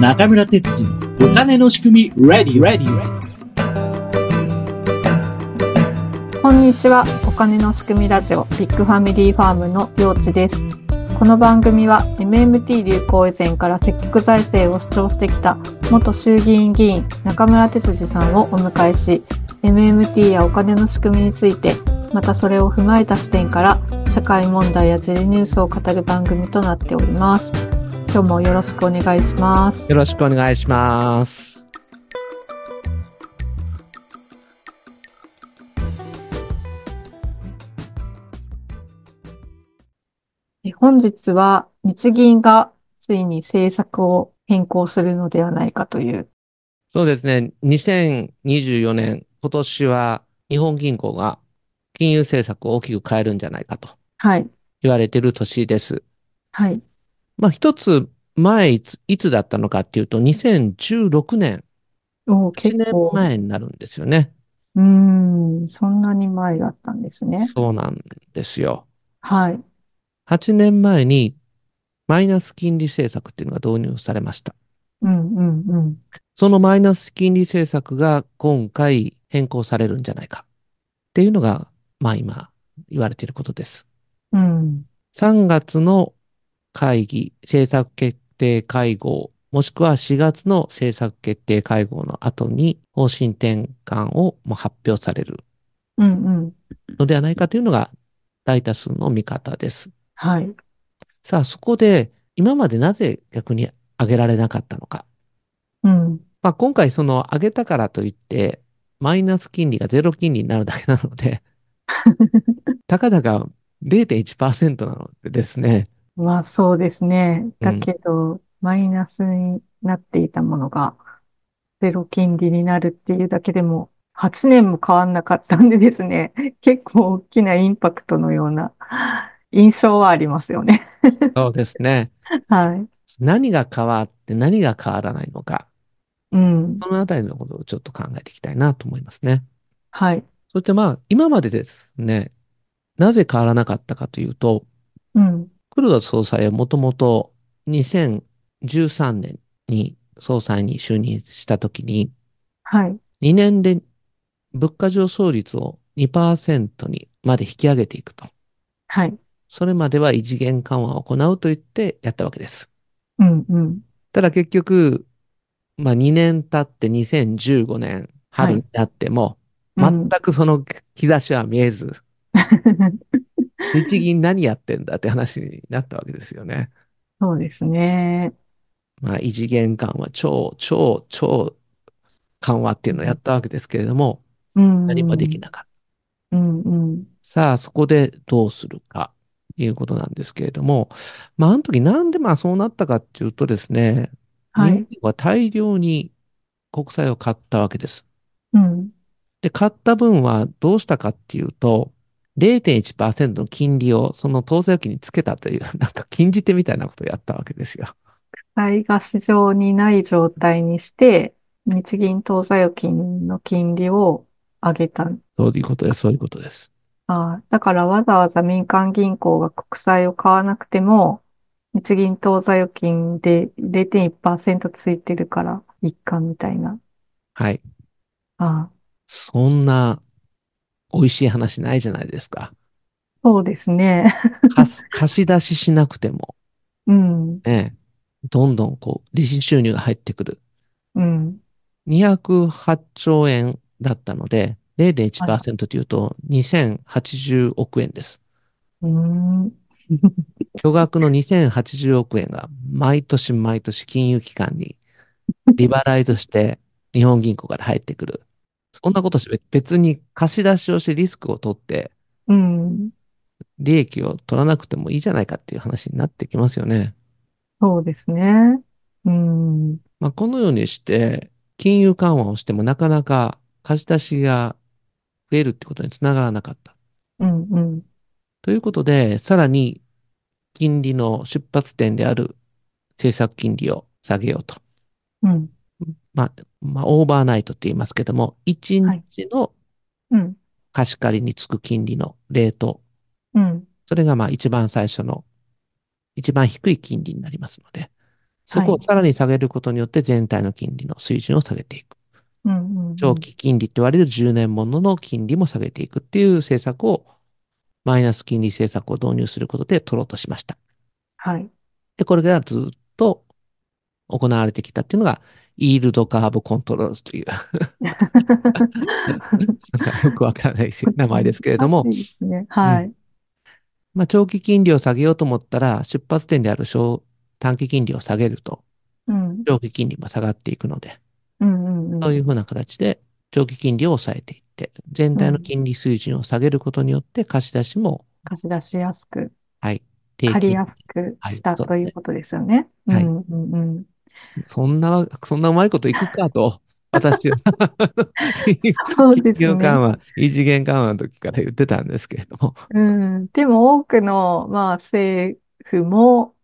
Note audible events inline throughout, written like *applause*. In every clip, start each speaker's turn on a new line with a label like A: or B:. A: 中村哲次のお金の仕組み Ready Ready
B: こんにちは。お金の仕組みラジオビッグファミリーファームの陽地です。この番組は MMT 流行以前から積極財政を主張してきた元衆議院議員中村哲司さんをお迎えし、MMT やお金の仕組みについて、またそれを踏まえた視点から社会問題や時事ニュースを語る番組となっております。今日もよろしくお願いします。
C: よろしくお願いします。
B: え本日は日銀がついに政策を変更するのではないかという。
C: そうですね。2024年、今年は日本銀行が金融政策を大きく変えるんじゃないかと
B: はい。
C: 言われている年です。
B: はい。
C: まあ一つ前いつ、いつだったのかっていうと、2016年、
B: おー
C: 1
B: 結
C: 年
B: 構。
C: 前になるんですよね。
B: うーん。そんなに前だったんですね。
C: そうなんですよ。
B: はい。
C: 8年前にマイナス金利政策っていうのが導入されました。
B: うんうんうん。
C: そのマイナス金利政策が今回変更されるんじゃないかっていうのが、まあ今言われていることです。
B: うん。
C: 3月の会議、政策決定会合、もしくは4月の政策決定会合の後に方針転換をもう発表される
B: うんうん。
C: のではないかというのが大多数の見方です。
B: はい。
C: さあそこで今までなぜ逆に上げられなかったのか。
B: うん。
C: まあ、今回その上げたからといって、マイナス金利がゼロ金利になるだけなので、たかだか0.1%なのでですね、
B: まあそうですね。だ
C: うん
B: けど、マイナスになっていたものが、ゼロ金利になるっていうだけでも、8年も変わんなかったんでですね、結構大きなインパクトのような印象はありますよね。
C: そうですね。
B: はい。
C: 何が変わって何が変わらないのか、
B: うん。
C: そのあたりのことをちょっと考えていきたいなと思いますね。
B: はい。
C: そしてまあ、今までですね、なぜ変わらなかったかというと、
B: うん。
C: 黒田総裁はもともと2013年に総裁に就任したときに、
B: はい。
C: 2年で物価上昇率を2%にまで引き上げていくと。
B: はい。
C: それまでは異次元緩和を行うと言ってやったわけです。
B: うんうん。
C: ただ結局、まあ2年経って2015年春になっても、
B: うん
C: 全くその兆しは見えず、日銀何やってんだって話になったわけですよね。
B: そうですね。
C: まあ異次元緩和、超、超、超緩和っていうのをやったわけですけれども、
B: うん。
C: 何もできなかった。
B: うんうん。
C: さあ、そこでどうするかということなんですけれども、まあ、あの時なんでまあそうなったかっていうとですね、
B: は
C: 日
B: い
C: 本。は大量に国債を買ったわけです。
B: うん。
C: で、買った分はどうしたかっていうと、0.1%の金利をその当座預金につけたという、 *laughs* なんか禁じ手みたいなことをやったわけですよ。
B: 債が市場にない状態にして、日銀当座預金の金利を上げた。
C: そういうことです、そういうことです。
B: ああ、だからわざわざ民間銀行が国債を買わなくても、日銀当座預金で0.1%ついてるから、一貫みたいな。
C: はい。
B: ああ、
C: そんな美味しい話ないじゃないですか。
B: そうですね。 *laughs*
C: 貸す貸し出ししなくても。
B: うん、
C: ね、どんどんこう、利子収入が入ってくる。
B: うん、
C: 208兆円だったので、0.1%というと2080億円です。
B: うん、
C: 巨額の2080億円が毎年毎年金融機関に利払いとして日本銀行から入ってくる。そんなことして別に貸し出しをしてリスクを取って
B: うん。
C: 利益を取らなくてもいいじゃないかっていう話になってきますよね。
B: そうですね。うん、
C: まあ、このようにして、金融緩和をしてもなかなか貸し出しが増えるってことにつながらなかった。
B: うん、うん、
C: ということで、さらに金利の出発点である政策金利を下げようと。
B: うん、
C: まあ、まあ、オーバーナイトって言いますけども、1
B: はい
C: 日の
B: うん、
C: 貸し借りにつく金利のレート、
B: うん。
C: それがまあ一番最初の、一番低い金利になりますので、そこをさらに下げることによって全体の金利の水準を下げていく。
B: うんうんうん
C: 長期金利って言われる10年ものの金利も下げていくっていう政策を、マイナス金利政策を導入することで取ろうとしました。
B: はい。
C: で、これがずっと行われてきたっていうのが、イールドカーブコントロールという、 *laughs* よくわからない *laughs* 名前ですけれども、
B: いいですね。はい。
C: まあ、長期金利を下げようと思ったら、出発点である小短期金利を下げると、
B: うん。
C: 長期金利も下がっていくので、
B: うんうんうん。
C: そういうふうな形で長期金利を抑えていって、全体の金利水準を下げることによって貸し出しも
B: 貸し出しやすく、
C: 低
B: 借り
C: 金
B: やすく
C: はい
B: したということですよね。
C: はい
B: うんうんうん。
C: そんな、そんなうまいこといくかと、私は。
B: そう
C: 金
B: です
C: 融
B: ね。
C: 緩和、異次元緩和の時から言ってたんですけれども、
B: うん、でも多くの、まあ、政府も、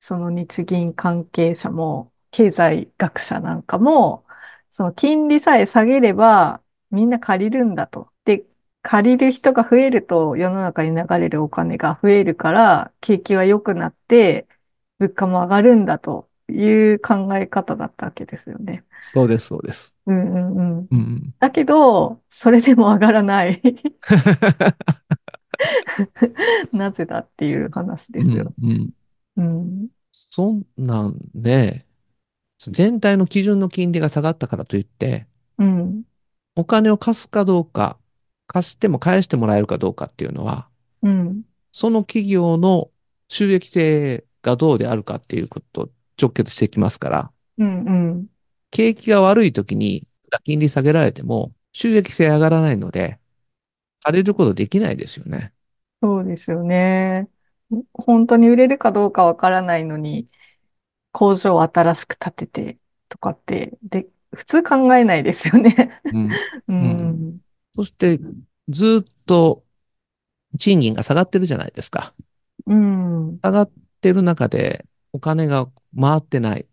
B: その日銀関係者も、経済学者なんかも、その金利さえ下げれば、みんな借りるんだと。で、借りる人が増えると、世の中に流れるお金が増えるから、景気は良くなって、物価も上がるんだという考え方だったわけですよね。
C: そうです、そうです。
B: うんうんうん。
C: うん。
B: だけど、それでも上がらない。 *laughs* なぜだっていう話で
C: う
B: す
C: ん
B: よ。
C: うん
B: うん。
C: そんなんで、全体の基準の金利が下がったからといって、
B: うん。
C: お金を貸すかどうか、貸しても返してもらえるかどうかっていうのは、
B: うん。
C: その企業の収益性がどうであるかっていうことと直結してきますから、
B: うん。うん。
C: 景気が悪い時に金利下げられても収益性上がらないので、借りることできないですよね。
B: そうですよね。本当に売れるかどうかわからないのに、工場を新しく建ててとかって、で、普通考えないですよね。 *laughs* うん。
C: そして、ずっと賃金が下がってるじゃないですか。
B: うん。
C: 上がってる中でお金が回ってない、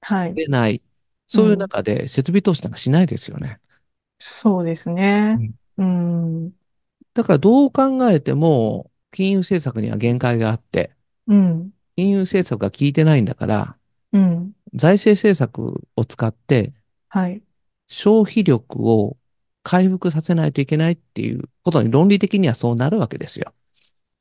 B: はい。
C: 出ない、そういう中で設備投資なんかしないですよね。
B: そうですね。うん。
C: だからどう考えても金融政策には限界があって、
B: うん。
C: 金融政策が効いてないんだから、
B: うん。
C: 財政政策を使って
B: はい。
C: 消費力を回復させないといけないっていうことに論理的にはそうなるわけですよ。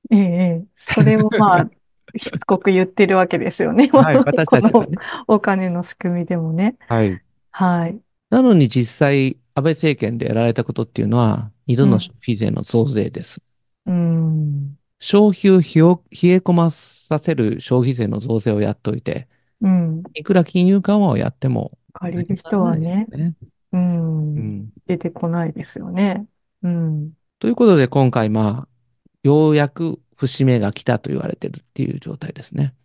B: ええ。それをま
C: *laughs*
B: あ、しつこく言ってるわけですよね。 *laughs*
C: 私たち
B: こ
C: が
B: の
C: ね。
B: お金の仕組みでもね。
C: はい。
B: はい。
C: なのに実際、安倍政権でやられたことっていうのは、二度の消費税の増税です。
B: うん。
C: 消費をひよ冷え込まさせる消費税の増税をやっといて、
B: うん。
C: いくら金融緩和をやっても、
B: 借りる人はね、
C: ね。
B: う、
C: うんん。
B: 出てこないですよね。うん。
C: ということで、今回、まあ、ようやく節目が来たと言われてるっていう状態です *laughs* ね。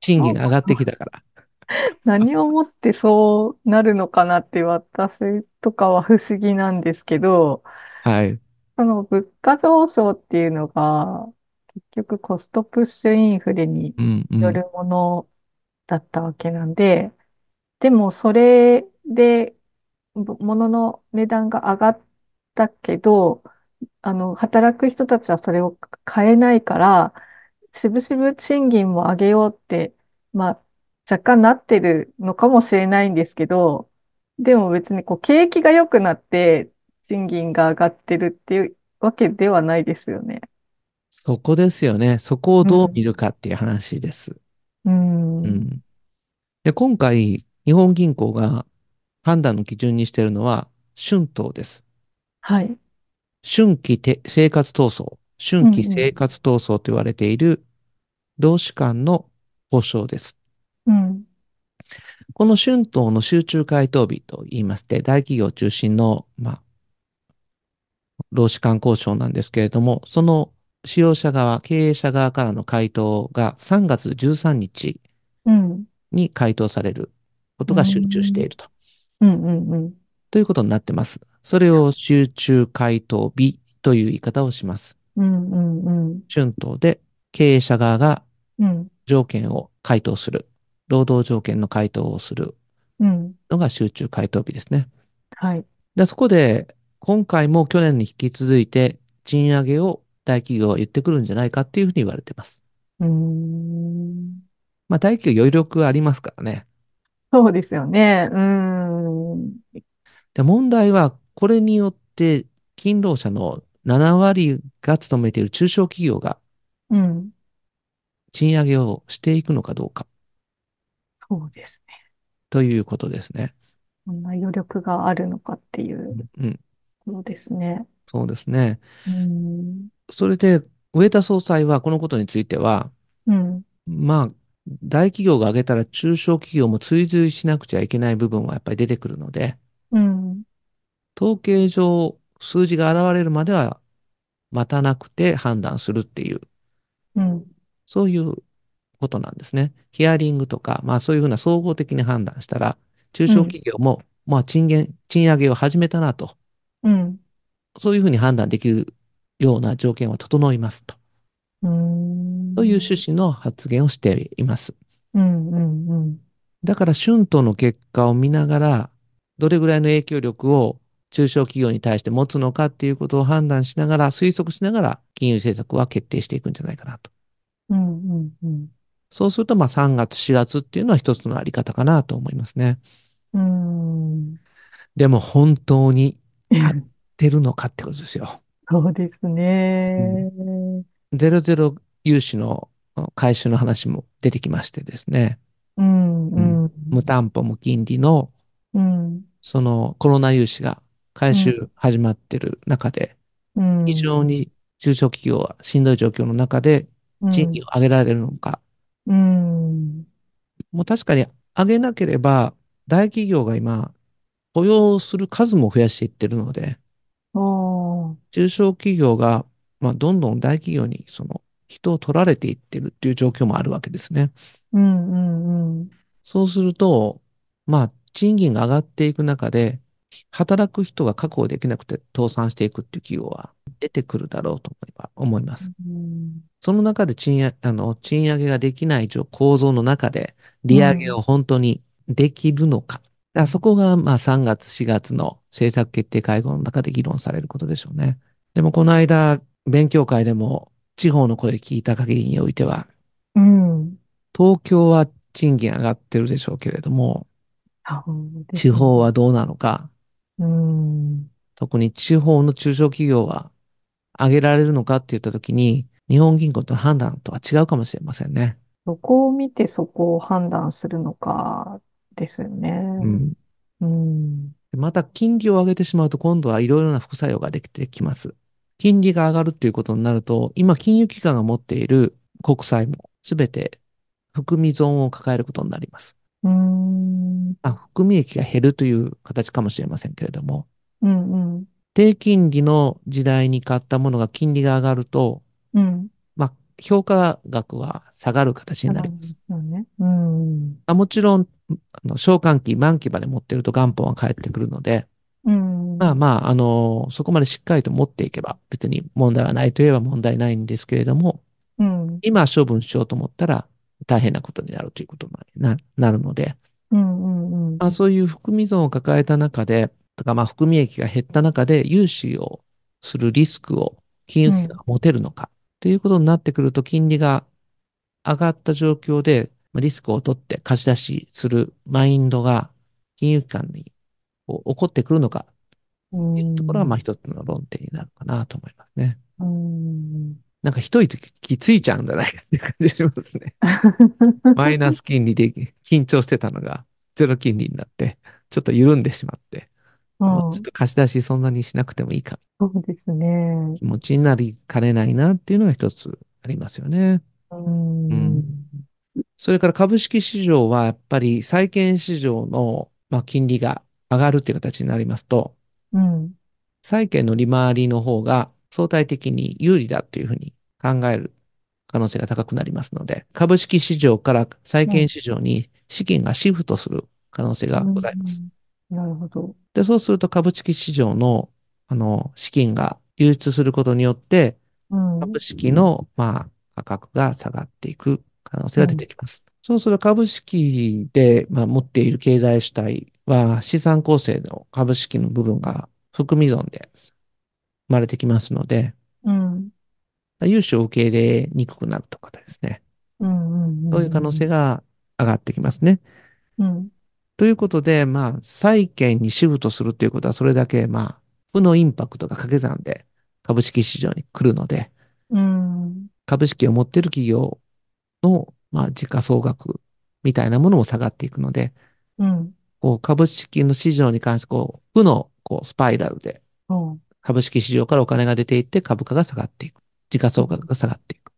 C: 賃金が上がってきたから。
B: 何をもってそうなるのかなって私とかは不思議なんですけど、
C: はい。
B: その物価上昇っていうのが、結局コストプッシュインフレに
C: うん、うん。
B: よるものだったわけなんで、でもそれでぼ物の値段が上がったけど、あの、働く人たちはそれを買えないから、しぶしぶ賃金も上げようって、まあ、若干なってるのかもしれないんですけど、でも別にこう景気が良くなって賃金が上がってるっていうわけではないですよね。
C: そこですよね。そこをどう見るかっていう話です。
B: う。
C: うんん。で、今回、日本銀行が判断の基準にしてるのは、春闘です。
B: はい。
C: 春季て生活闘争、春季生活闘争と言われている労使間の交渉です。
B: うん。
C: この春闘の集中回答日と言いまして、大企業中心の、まあ、労使間交渉なんですけれども、その使用者側、経営者側からの回答が3月13日
B: うん。
C: に回答されることが集中していると。
B: うんうんうん。
C: ということになってます。それを集中回答日という言い方をします。
B: うんうんうん。
C: 春闘で経営者側が
B: うん
C: 条件を回答する。労働条件の回答をする
B: うん。
C: のが集中回答日ですね。
B: はい。
C: で、そこで、今回も去年に引き続いて賃上げを大企業は言ってくるんじゃないかっていうふうに言われてます。
B: うーん。
C: まあ、大企業余力ありますからね。
B: そうですよね。うーん。
C: で、問題は、これによって、勤労者の7割が勤めている中小企業が
B: うん。
C: 賃上げをしていくのかどうか
B: そうですね。
C: ということですね。
B: こんな余力があるのかっていう
C: うん、
B: ことですね。
C: そうですね。
B: うん。
C: それで、植田総裁はこのことについては、
B: うん。
C: まあ、大企業が上げたら中小企業も追随しなくちゃいけない部分はやっぱり出てくるので、
B: うん。
C: 統計上数字が現れるまでは待たなくて判断するっていう、
B: うん。
C: そういうことなんですね。ヒアリングとか、まあそういうふうな総合的に判断したら、中小企業も、まあ賃金、賃上げを始めたなと、
B: うん。
C: そういうふうに判断できるような条件は整いますと、
B: うん。
C: という趣旨の発言をしています。
B: うん。うん。うん。
C: だから春闘の結果を見ながら、どれぐらいの影響力を中小企業に対して持つのかっていうことを判断しながら、推測しながら、金融政策は決定していくんじゃないかなと。
B: うん。うん。うん。
C: そうすると、まあ3月、4月っていうのは一つのあり方かなと思いますね。
B: うん。
C: でも本当にやってるのかってことですよ。
B: そうですね。
C: ゼロゼロ融資の回収の話も出てきましてですね。
B: うん。うん。
C: 無担保無金利の
B: うん。
C: そのコロナ融資が回収始まってる中で、
B: うん。
C: 非常に中小企業はしんどい状況の中で
B: うん、
C: 賃金を上げられるのか。
B: うん。
C: もう確かに上げなければ、大企業が今、雇用する数も増やしていってるので、
B: ああ。
C: 中小企業が、まあ、どんどん大企業にその人を取られていってるっていう状況もあるわけですね。
B: うんうんうん。
C: そうすると、まあ、賃金が上がっていく中で、働く人が確保できなくて倒産していくっていう企業は出てくるだろうと思えば思います。
B: うん
C: その中で賃上あの賃上げができない状構造の中で、利上げを本当にできるのか。だからそこがまあ3月、4月の政策決定会合の中で議論されることでしょうね。でもこの間、勉強会でも地方の声聞いた限りにおいては、
B: うん。
C: 東京は賃金上がってるでしょうけれども、
B: そうです
C: 地方はどうなのか、
B: うん。
C: 特に地方の中小企業は上げられるのかって言ったときに、日本銀行との判断とは違うかもしれませんね。
B: そこを見てそこを判断するのかですよね。
C: うん
B: うん。
C: また金利を上げてしまうと今度はいろいろな副作用ができてきます。金利が上がるということになると、今金融機関が持っている国債もすべて含み損を抱えることになります。
B: うん。
C: あ、含み益が減るという形かもしれませんけれども、
B: うんうん。
C: 低金利の時代に買ったものが金利が上がると、
B: うん。
C: まあ、評価額は下がる形になります。
B: そうね。うん。
C: あもちろん、あの償還期、満期まで持っていると元本は返ってくるので、
B: うん。
C: まあまあ、あのそこまでしっかりと持っていけば、別に問題はないといえば問題ないんですけれども、
B: うん。
C: 今処分しようと思ったら大変なことになるということにななるので、
B: うんうんうん。
C: まあ、そういう含み損を抱えた中で、とかまあ含み益が減った中で融資をするリスクを金融機関が持てるのか、ということになってくると金利が上がった状況でまあリスクを取って貸し出しするマインドが金融機関にこう起こってくるのか
B: うん。
C: いうところが、まあ一つの論点になるかなと思いますね。 *laughs*
B: うん。
C: なんか一息きついちゃうんじゃないかっていう感じがしま
B: *laughs*
C: すね。マイナス金利で緊張してたのが、ゼロ金利になって、ちょっと緩んでしまって、もうちょっと貸し出しそんなにしなくてもいいか、
B: うんそうですね。
C: 気持ちになりかねないなっていうのが一つありますよね。
B: うん。
C: うんそれから株式市場はやっぱり債券市場の、まあ、金利が上がるっていう形になりますと、
B: うん。
C: 債券の利回りの方が相対的に有利だというふうに考える可能性が高くなりますので、株式市場から債券市場に資金がシフトする可能性がございます。
B: うん。なるほど。
C: で、そうすると株式市場の、あの、資金が流出することによって、
B: うん。
C: 株式の、まあ、価格が下がっていく可能性が出てきます。そうすると株式で、まあ、持っている経済主体は資産構成の株式の部分が含み損で生まれてきますので、
B: うん。
C: 融資を受け入れにくくなるとかですね。
B: うんんん
C: そういう可能性が上がってきますね。
B: うん。
C: ということで、まあ、債券にシフトするということは、それだけ、まあ、負のインパクトが掛け算で株式市場に来るので、
B: うん。
C: 株式を持っている企業の、まあ、時価総額みたいなものも下がっていくので、
B: うん。
C: こう、株式の市場に関して、こう、負の、こう、スパイラルで、
B: そ
C: 株式市場からお金が出ていって株価が下がっていく。時価総額が下がっていく。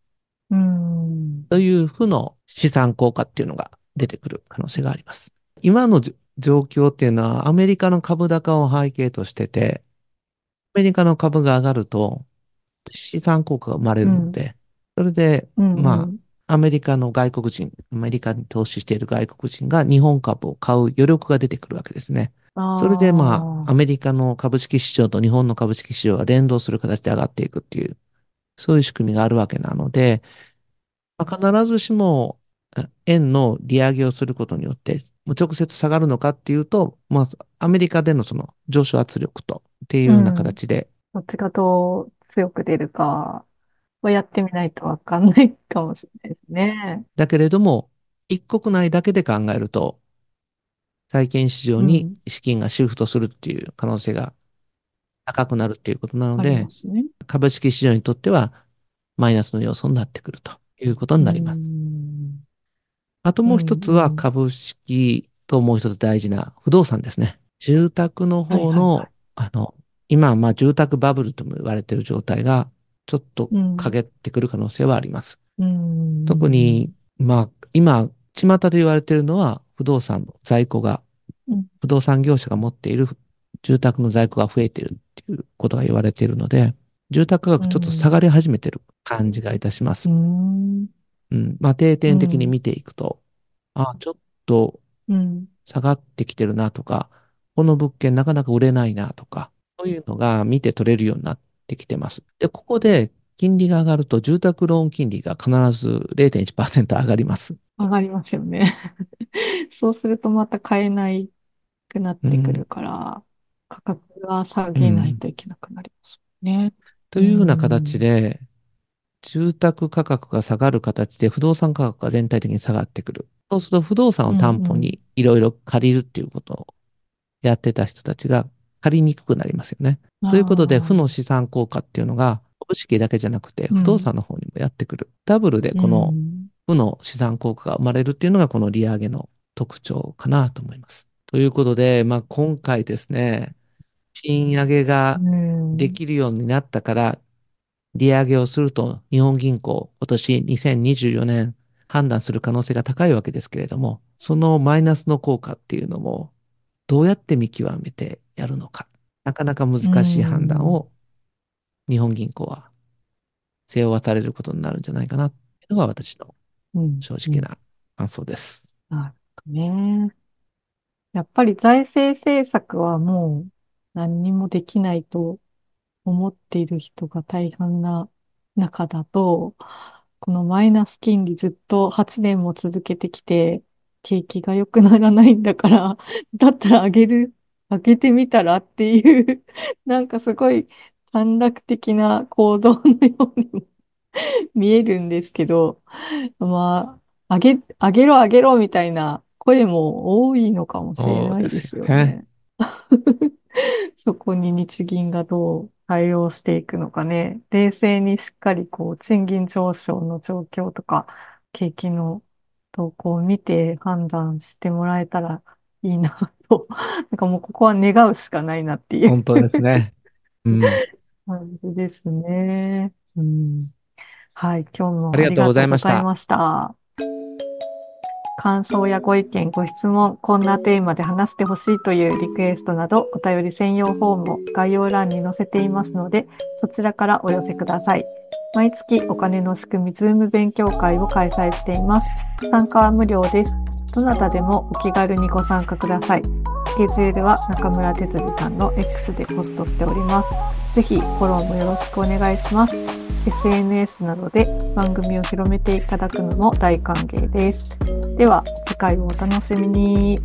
B: う。うん。
C: という負の資産効果っていうのが出てくる可能性があります。今のじょ状況っていうのはアメリカの株高を背景としてて、アメリカの株が上がると資産効果が生まれるので、それで
B: うん
C: まあ、アメリカの外国人、アメリカに投資している外国人が日本株を買う余力が出てくるわけですね。
B: あー
C: それでまあ、アメリカの株式市場と日本の株式市場が連動する形で上がっていくっていう、そういう仕組みがあるわけなので、まあ必ずしもあ円の利上げをすることによって、もう直接下がるのかっていうと、まあ、アメリカでのその上昇圧力とっていうような形で、
B: どっちがどう強く出るかはやってみないとわかんないかもしれないですね。
C: だけれども、一国内だけで考えると、債券市場
B: う
C: に
B: ん
C: 資金がシフトするっていう可能性が高くなるっていうことなの
B: あ
C: で、
B: りますね。
C: 株式市場にとってはマイナスの要素になってくるということになります。
B: うん
C: あともう一つ
B: うんう
C: は
B: ん
C: 株式ともう一つ大事な不動産ですね。住宅の
B: はいは
C: 方の、
B: いはい
C: あの、今、まあ住宅バブルとも言われている状態がちょっと
B: うん
C: 陰ってくる可能性はあります。
B: うん
C: 特に、まあ今、巷で言われているのは不動産の在庫が
B: うん、
C: 不動産業者が持っている住宅の在庫が増えているっていうことが言われているので、住宅価格ちょっと下がり始めてる感じがいたします
B: う。ん
C: うん。まあ、定点的に見ていくと、あ、ちょっと
B: うん
C: 下がってきてるなとか、この物件なかなか売れないなとか、そういうのが見て取れるようになってきてます。で、ここで金利が上がると住宅ローン金利が必ず0.1%上がります。
B: 上がりますよね。 *laughs* そうするとまた買えないくなってくるから、価格が下げないといけなくなりますもんね。
C: というような形で、住宅価格が下がる形で不動産価格が全体的に下がってくる。そうすると不動産を担保にいろいろ借りるっていうことをやってた人たちが借りにくくなりますよね。ということで、
B: あー
C: 負の資産効果っていうのが、株式だけじゃなくて、
B: うん
C: 不動産の方にもやってくる。ダブルでこ
B: う
C: の
B: ん
C: 負の資産効果が生まれるっていうのが、この利上げの特徴かなと思います。ということで、まあ今回ですね、賃上げが
B: うん
C: できるようになったから、利上げをすると日本銀行、今年2024年判断する可能性が高いわけですけれども、そのマイナスの効果っていうのも、どうやって見極めてやるのか、なかなか難しい判断を日本銀行は背負わされることになるんじゃないかなっていうのが私の
B: うん
C: 正直な感想です。
B: なるほどね。やっぱり財政政策はもう何にもできないと思っている人が大半な中だと、このマイナス金利ずっと8年も続けてきて、景気が良くならないんだから、 *laughs* だったら上げる、上げてみたらっていう、 *laughs* なんかすごい短絡的な行動のように *laughs* も見えるんですけど、まあ、あげ、あげろあげろみたいな声も多いのかもしれないですよね。 *laughs* そこに日銀がどう対応していくのかね。冷静にしっかりこう、賃金上昇の状況とか、景気の動向を見て判断してもらえたらいいなと。 *laughs* なんかもうここは願うしかないなっていう
C: 本当ですね。うん、
B: 感じですね。うん。はい、今日も
C: ありがとうございました
B: ありがとうございました。感想やご意見、ご質問、こんなテーマで話してほしいというリクエストなど、お便り専用フォームを概要欄に載せていますので、そちらからお寄せください。毎月お金の仕組み、ズーム勉強会を開催しています。参加は無料です。どなたでもお気軽にご参加ください。スケジュールは中村哲司さんの X でポストしております。ぜひフォローもよろしくお願いします。SNS などで番組を広めていただくのも大歓迎です。では、次回をお楽しみに。